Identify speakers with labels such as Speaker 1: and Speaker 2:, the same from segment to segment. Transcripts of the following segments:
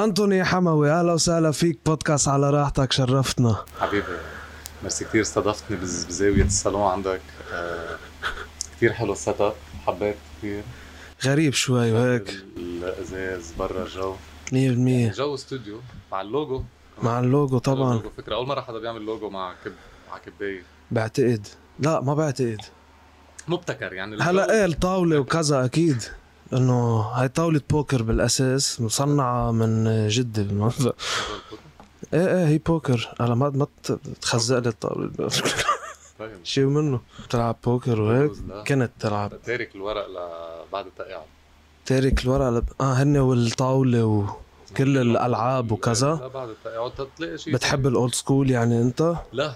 Speaker 1: انطوني حموي اهلا وسهلا فيك بودكاست على راحتك شرفتنا
Speaker 2: حبيبي ميرسي كثير استضفتني بز- بزاوية الصالون عندك آه، كثير حلو السيت اب حبيت كثير
Speaker 1: غريب شوي وهيك
Speaker 2: الازاز برا الجو
Speaker 1: 100%
Speaker 2: جو استوديو مع اللوجو
Speaker 1: مع اللوجو طبعا
Speaker 2: اللوجو فكرة أول مرة حدا بيعمل لوجو مع كب مع كباية
Speaker 1: بعتقد لا ما بعتقد
Speaker 2: مبتكر يعني الجو-
Speaker 1: هلا ايه الطاولة وكذا اكيد انه هاي طاولة بوكر بالاساس مصنعة من جدة بالمنطقة ايه ايه هي بوكر هلا ما ما ت- تخزق لي الطاولة
Speaker 2: طيب
Speaker 1: شي منه بتلعب بوكر وهيك
Speaker 2: لا.
Speaker 1: كنت تلعب
Speaker 2: تارك الورق لبعد التقاعد
Speaker 1: تارك الورقة لب... اه هن والطاولة وكل الالعاب وكذا
Speaker 2: لا بعد التقاعد تلاقي شيء
Speaker 1: بتحب الاولد سكول يعني انت
Speaker 2: لا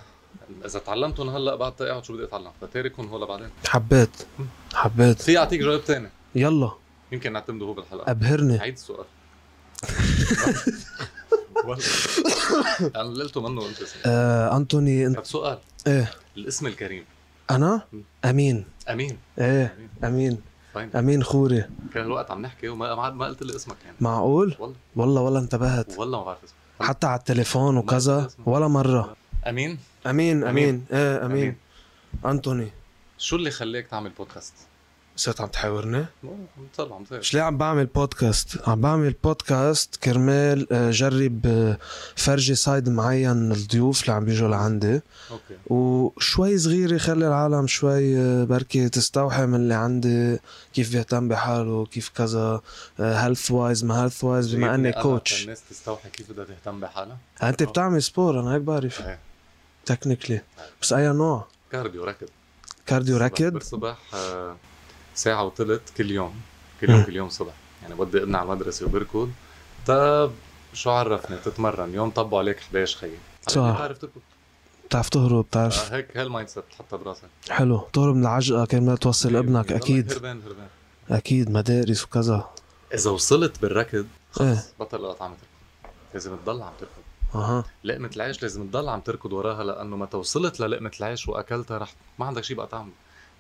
Speaker 2: اذا تعلمتهم هلا بعد التقاعد شو بدي اتعلم فتاركهم هو لبعدين
Speaker 1: حبيت حبيت
Speaker 2: في اعطيك جواب تاني
Speaker 1: يلا
Speaker 2: يمكن نعتمده هو بالحلقه
Speaker 1: ابهرني
Speaker 2: عيد السؤال والله. انا قللته منه انت اسمه.
Speaker 1: آه، انتوني انت
Speaker 2: طب سؤال
Speaker 1: ايه
Speaker 2: الاسم الكريم
Speaker 1: انا امين
Speaker 2: امين
Speaker 1: ايه امين
Speaker 2: فاين
Speaker 1: امين خوري
Speaker 2: طيب. كان الوقت عم نحكي وما ما- ما قلت لي اسمك يعني
Speaker 1: معقول
Speaker 2: والله
Speaker 1: والله ولا انتبهت
Speaker 2: والله ما بعرف اسمك
Speaker 1: حتى على التليفون وكذا ولا مره
Speaker 2: امين
Speaker 1: امين امين
Speaker 2: أمين.
Speaker 1: ايه امين انتوني
Speaker 2: شو اللي خليك تعمل بودكاست؟
Speaker 1: صرت عم تحاورني
Speaker 2: مو- عم تطلع عم تطلع
Speaker 1: مش ليه عم بعمل بودكاست عم بعمل بودكاست كرمال آه، جرب آه، فرجي سايد معين الضيوف اللي عم بيجوا لعندي
Speaker 2: اوكي
Speaker 1: وشوي صغير يخلي العالم شوي آه، بركي تستوحي من اللي عندي كيف بيهتم بحاله كيف كذا هيلث وايز ما هيلث وايز بما اني
Speaker 2: جايبني طيب، أنا آه.
Speaker 1: كوتش
Speaker 2: فالناس تستوحي كيف بدها تهتم بحالها
Speaker 1: انت يعني بتعمل سبور انا هيك بعرف
Speaker 2: إيه.
Speaker 1: تكنيكلي
Speaker 2: آه.
Speaker 1: بس اي نوع
Speaker 2: كارديو ركض
Speaker 1: كارديو
Speaker 2: الصبح-
Speaker 1: راكد
Speaker 2: بالصبح آه، ساعة وثلث كل يوم كل يوم كل يوم صبح يعني بدي ابني على المدرسة وبركض طب شو عرفني تتمرن يوم طبوا عليك طيب، 11 خيي
Speaker 1: صح.
Speaker 2: بتعرف تركض
Speaker 1: بتعرف تهرب بتعرف
Speaker 2: آه، هيك هالمايند سيت بتحطها براسك
Speaker 1: حلو تهرب من العجقه كرمال توصل ابنك
Speaker 2: والله
Speaker 1: اكيد
Speaker 2: هربان هربان
Speaker 1: اكيد مدارس وكذا
Speaker 2: اذا وصلت بالركض
Speaker 1: ايه
Speaker 2: بطل القطعة عم تركض لازم تضل عم تركض
Speaker 1: اها
Speaker 2: لقمة العيش لازم تضل عم تركض وراها لأنه متى وصلت للقمة العيش وأكلتها رح ما عندك شيء بقى تعمله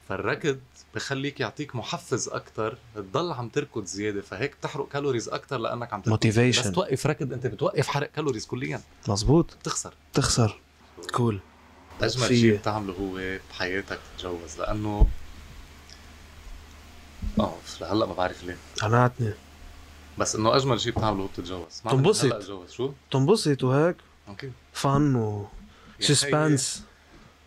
Speaker 2: فالركض بخليك يعطيك محفز أكتر تضل عم تركض زيادة فهيك بتحرق كالوريز أكتر لأنك عم تركض بس
Speaker 1: موتيفيشن
Speaker 2: توقف ركض أنت بتوقف حرق كالوريز كليا
Speaker 1: مزبوط
Speaker 2: بتخسر
Speaker 1: تخسر كول
Speaker 2: أجمل
Speaker 1: في-
Speaker 2: شيء بتعمله هو بحياتك تتجوز لأنه اه هلا ما بعرف ليه
Speaker 1: قنعتني
Speaker 2: بس انه اجمل شيء بتعمله هو بتتجوز ما عم
Speaker 1: تنبسط.
Speaker 2: هلا اتجوز شو؟
Speaker 1: تنبسط وهيك
Speaker 2: اوكي
Speaker 1: فن و
Speaker 2: يعني
Speaker 1: سسبنس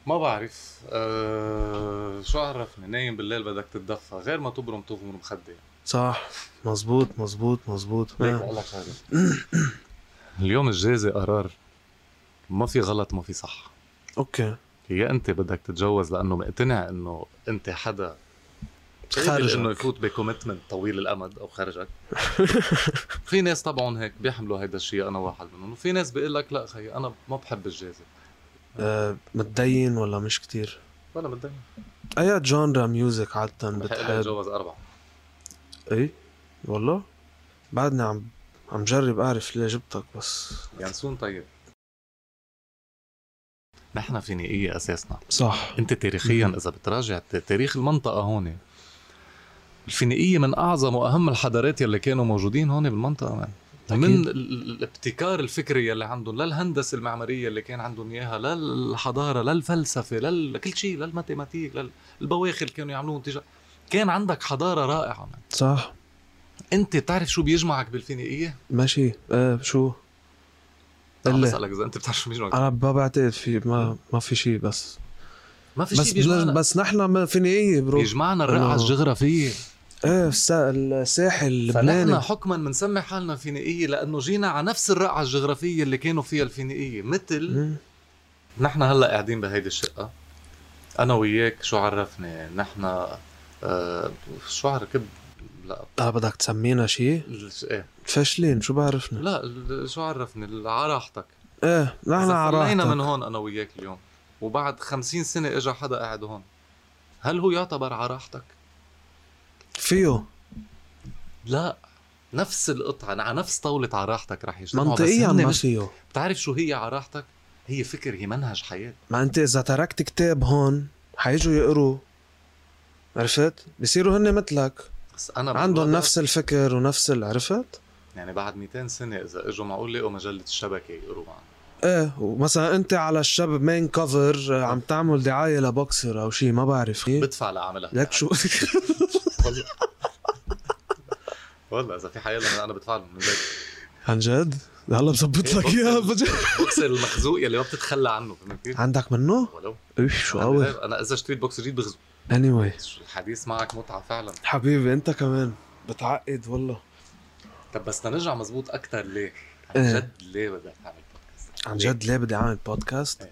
Speaker 2: ما بعرف أه شو عرفني نايم بالليل بدك تتدفى غير ما تبرم تغمر مخدة
Speaker 1: آه. صح مزبوط مزبوط مزبوط
Speaker 2: ليك
Speaker 1: آه.
Speaker 2: بقول لك شغلة. اليوم الجازي قرار ما في غلط ما في صح
Speaker 1: اوكي
Speaker 2: يا انت بدك تتجوز لانه مقتنع انه انت حدا قابل
Speaker 1: خارجك.
Speaker 2: انه يفوت بكوميتمنت طويل الامد او خرجك في ناس طبعهم هيك بيحملوا هيدا الشيء انا واحد منهم وفي ناس بيقول لك لا خي انا ما بحب الجازي
Speaker 1: آه متدين ولا مش كتير
Speaker 2: ولا متضايق
Speaker 1: اي جانرا ميوزك عادة
Speaker 2: بحق لي
Speaker 1: بتحب
Speaker 2: اتجوز اربعه
Speaker 1: اي والله بعدني عم عم جرب اعرف ليه جبتك بس
Speaker 2: ينسون طيب نحن فينيقية أساسنا
Speaker 1: صح
Speaker 2: أنت تاريخيا إذا بتراجع ت- تاريخ المنطقة هون الفينيقية من أعظم وأهم الحضارات يلي كانوا موجودين هون بالمنطقة من. من ال- ال- الابتكار الفكري يلي عندهم للهندسة المعمارية اللي كان عندهم إياها للحضارة للفلسفة لل- لكل شيء للماتيماتيك للبواخر كانوا يعملوهم تجاه كان عندك حضارة رائعة من.
Speaker 1: صح
Speaker 2: أنت بتعرف شو بيجمعك بالفينيقية؟
Speaker 1: ماشي آه شو
Speaker 2: عم
Speaker 1: قلي.
Speaker 2: بسألك إذا أنت بتعرف شو بيجمعك
Speaker 1: انا ما بعتقد في ما ما في شيء بس
Speaker 2: ما في
Speaker 1: بس
Speaker 2: شيء بيجمعنا
Speaker 1: بس نحن ما فيني ايه برو
Speaker 2: بيجمعنا الرقعة
Speaker 1: إنه-
Speaker 2: الجغرافية
Speaker 1: ايه الس- الساحل
Speaker 2: فنحن
Speaker 1: اللبناني
Speaker 2: حكما بنسمي حالنا فينيقية لأنه جينا على نفس الرقعة الجغرافية اللي كانوا فيها الفينيقية مثل
Speaker 1: مم.
Speaker 2: نحن هلا قاعدين بهيدي الشقة أنا وياك شو عرفني نحن آه شو عرفك لا
Speaker 1: اه بدك تسمينا شيء
Speaker 2: الش- إيه.
Speaker 1: فاشلين شو بعرفنا
Speaker 2: لا ال- شو عرفني على راحتك
Speaker 1: ايه نحن
Speaker 2: إذا
Speaker 1: على
Speaker 2: طلعنا من
Speaker 1: راحتك
Speaker 2: هون أنا وياك اليوم وبعد خمسين سنة إجا حدا قاعد هون هل هو يعتبر على راحتك؟
Speaker 1: فيه
Speaker 2: لا نفس القطعة على نفس طاولة على راحتك رح يجتمعوا بس
Speaker 1: منطقيا
Speaker 2: هن
Speaker 1: ما
Speaker 2: مش
Speaker 1: فيه
Speaker 2: بتعرف شو هي على راحتك؟ هي فكر هي منهج حياة
Speaker 1: ما انت اذا تركت كتاب هون حيجوا يقروا عرفت بصيروا هن مثلك
Speaker 2: بس انا
Speaker 1: عندهم
Speaker 2: بالواقع
Speaker 1: نفس الفكر ونفس ال- عرفت
Speaker 2: يعني بعد 200 سنه اذا اجوا معقول لقوا مجله الشبكه يقروا معها
Speaker 1: ايه ومثلا انت على الشاب مين كفر عم تعمل دعايه لبوكسر او شيء ما بعرف ايه
Speaker 2: بدفع لعملها
Speaker 1: لك شو
Speaker 2: والله والله اذا في حياة انا بدفع لهم من جد.
Speaker 1: عن جد هلا بظبط
Speaker 2: إيه،
Speaker 1: لك اياها بجد.
Speaker 2: بوكسر المخزوق يلي ما بتتخلى عنه فهمت كيف؟
Speaker 1: عندك منه؟
Speaker 2: ولو يعني
Speaker 1: ايه شو قوي
Speaker 2: انا اذا اشتريت بوكس جديد بغزو
Speaker 1: اني anyway.
Speaker 2: الحديث معك متعه فعلا
Speaker 1: حبيبي انت كمان بتعقد والله
Speaker 2: طب بس تنرجع مزبوط اكثر ليه؟
Speaker 1: إيه.
Speaker 2: عن جد ليه بدك تعمل بودكاست؟
Speaker 1: عن جد ليه بدي اعمل بودكاست؟
Speaker 2: إيه.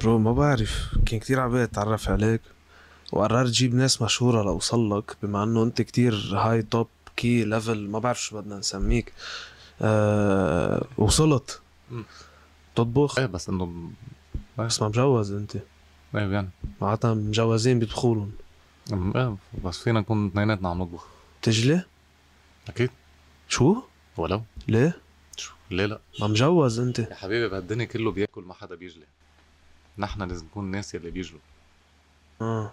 Speaker 1: برو ما بعرف كان كتير عبالي اتعرف عليك وقررت جيب ناس مشهورة لأوصل لك بما انه انت كتير هاي توب كي ليفل ما بعرف شو بدنا نسميك أه وصلت
Speaker 2: مم.
Speaker 1: تطبخ
Speaker 2: ايه بس انه
Speaker 1: بس ما مجوز انت
Speaker 2: ايه يعني
Speaker 1: معناتها مجوزين بيطبخولن
Speaker 2: أم- ايه بس فينا نكون اثنيناتنا عم نطبخ
Speaker 1: تجلي؟
Speaker 2: اكيد
Speaker 1: شو؟
Speaker 2: ولو
Speaker 1: ليه؟
Speaker 2: شو ليه لا
Speaker 1: ما مجوز انت
Speaker 2: يا حبيبي بهالدنيا كله بياكل ما حدا بيجلي نحن لازم نكون الناس يلي بيجلوا
Speaker 1: اه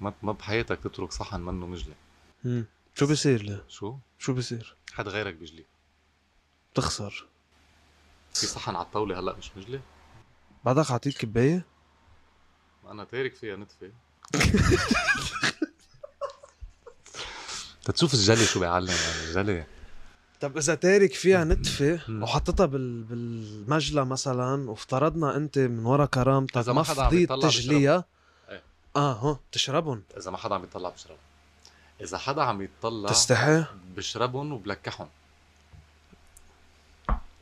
Speaker 2: ما ما بحياتك تترك صحن منه مجلي
Speaker 1: مم. شو بيصير ليه؟
Speaker 2: شو
Speaker 1: شو بيصير؟
Speaker 2: حد غيرك بيجلي
Speaker 1: بتخسر
Speaker 2: في صحن على الطاوله هلا مش مجلي
Speaker 1: بعدك عطيت كباية؟
Speaker 2: ما انا تارك فيها نتفه تشوف طيب الجلي شو بيعلم يعني الجلي
Speaker 1: طب اذا تارك فيها نتفه
Speaker 2: مم.
Speaker 1: وحطيتها بال... بالمجلى مثلا وافترضنا انت من ورا كرامتك
Speaker 2: إذا
Speaker 1: ما
Speaker 2: ما حدا عم
Speaker 1: فضيت
Speaker 2: يطلع
Speaker 1: تجليها
Speaker 2: إيه.
Speaker 1: اه هو تشربهم
Speaker 2: اذا ما حدا عم يطلع بشرب اذا حدا عم يطلع
Speaker 1: تستحي
Speaker 2: بشربهم وبلكحهم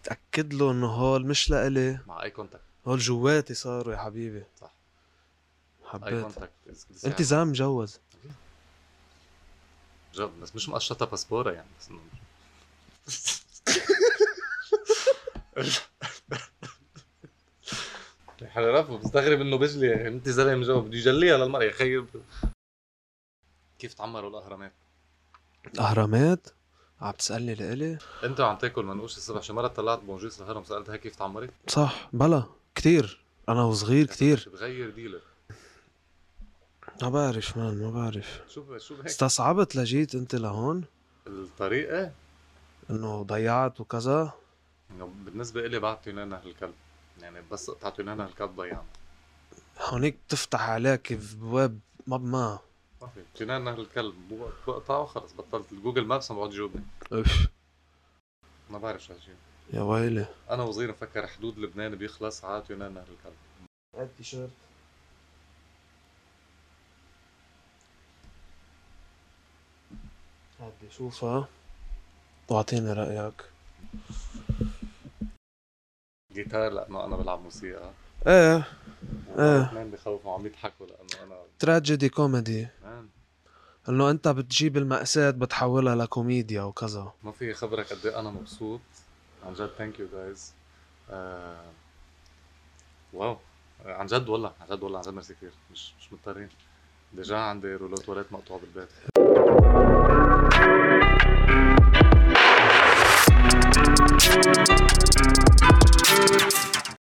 Speaker 1: تاكد له انه هول مش لإلي
Speaker 2: مع اي كونتاكت
Speaker 1: هول جواتي صاروا يا حبيبي
Speaker 2: صح. أيوة. اي
Speaker 1: حبيت
Speaker 2: كونتاكت
Speaker 1: انت زلمه مجوز
Speaker 2: جد بس مش مقشطه باسبوره يعني بس انه حرفه بستغرب انه بجلي يا أخي. انت زلمه جواب بده يجليها للمرأة يا خيب كيف تعمروا الاهرامات؟
Speaker 1: الاهرامات عم تسالني لإلي
Speaker 2: انت وعم تاكل منقوش الصبح شو مره طلعت بونجيس الهرم سالتها كيف تعمرت؟
Speaker 1: صح بلا كتير انا وصغير كتير
Speaker 2: بتغير ديلر
Speaker 1: ما بعرف مان ما بعرف
Speaker 2: شو ب- شو بهيك
Speaker 1: استصعبت لجيت انت لهون
Speaker 2: الطريقه
Speaker 1: انه ضيعت وكذا
Speaker 2: انه بالنسبه لي بعت يونان أهل الكلب يعني بس قطعت يونان أهل الكلب ضيعنا
Speaker 1: هونيك بتفتح عليك بواب ما ما
Speaker 2: ما في يونان أهل الكلب بوق- بقطعه خلص بطلت الجوجل مابس ما بقعد يجاوبني
Speaker 1: اف
Speaker 2: ما بعرف شو هالشي
Speaker 1: يا ويلي
Speaker 2: انا وصغير مفكر حدود لبنان بيخلص على يونان نهر الكلب
Speaker 1: التيشيرت هدي شوفها واعطيني رايك
Speaker 2: جيتار لانه انا بلعب موسيقى
Speaker 1: ايه إيه.
Speaker 2: لبنان بخوفوا عم يضحكوا لانه انا
Speaker 1: تراجيدي كوميدي
Speaker 2: لبنان
Speaker 1: انه انت بتجيب المأساة بتحولها لكوميديا وكذا
Speaker 2: ما في خبرك قد ايه انا مبسوط عن جد ثانك يو جايز آه، واو عن جد والله عن جد والله عن جد ميرسي كثير مش مش مضطرين ديجا عندي رولات ولات مقطوعه بالبيت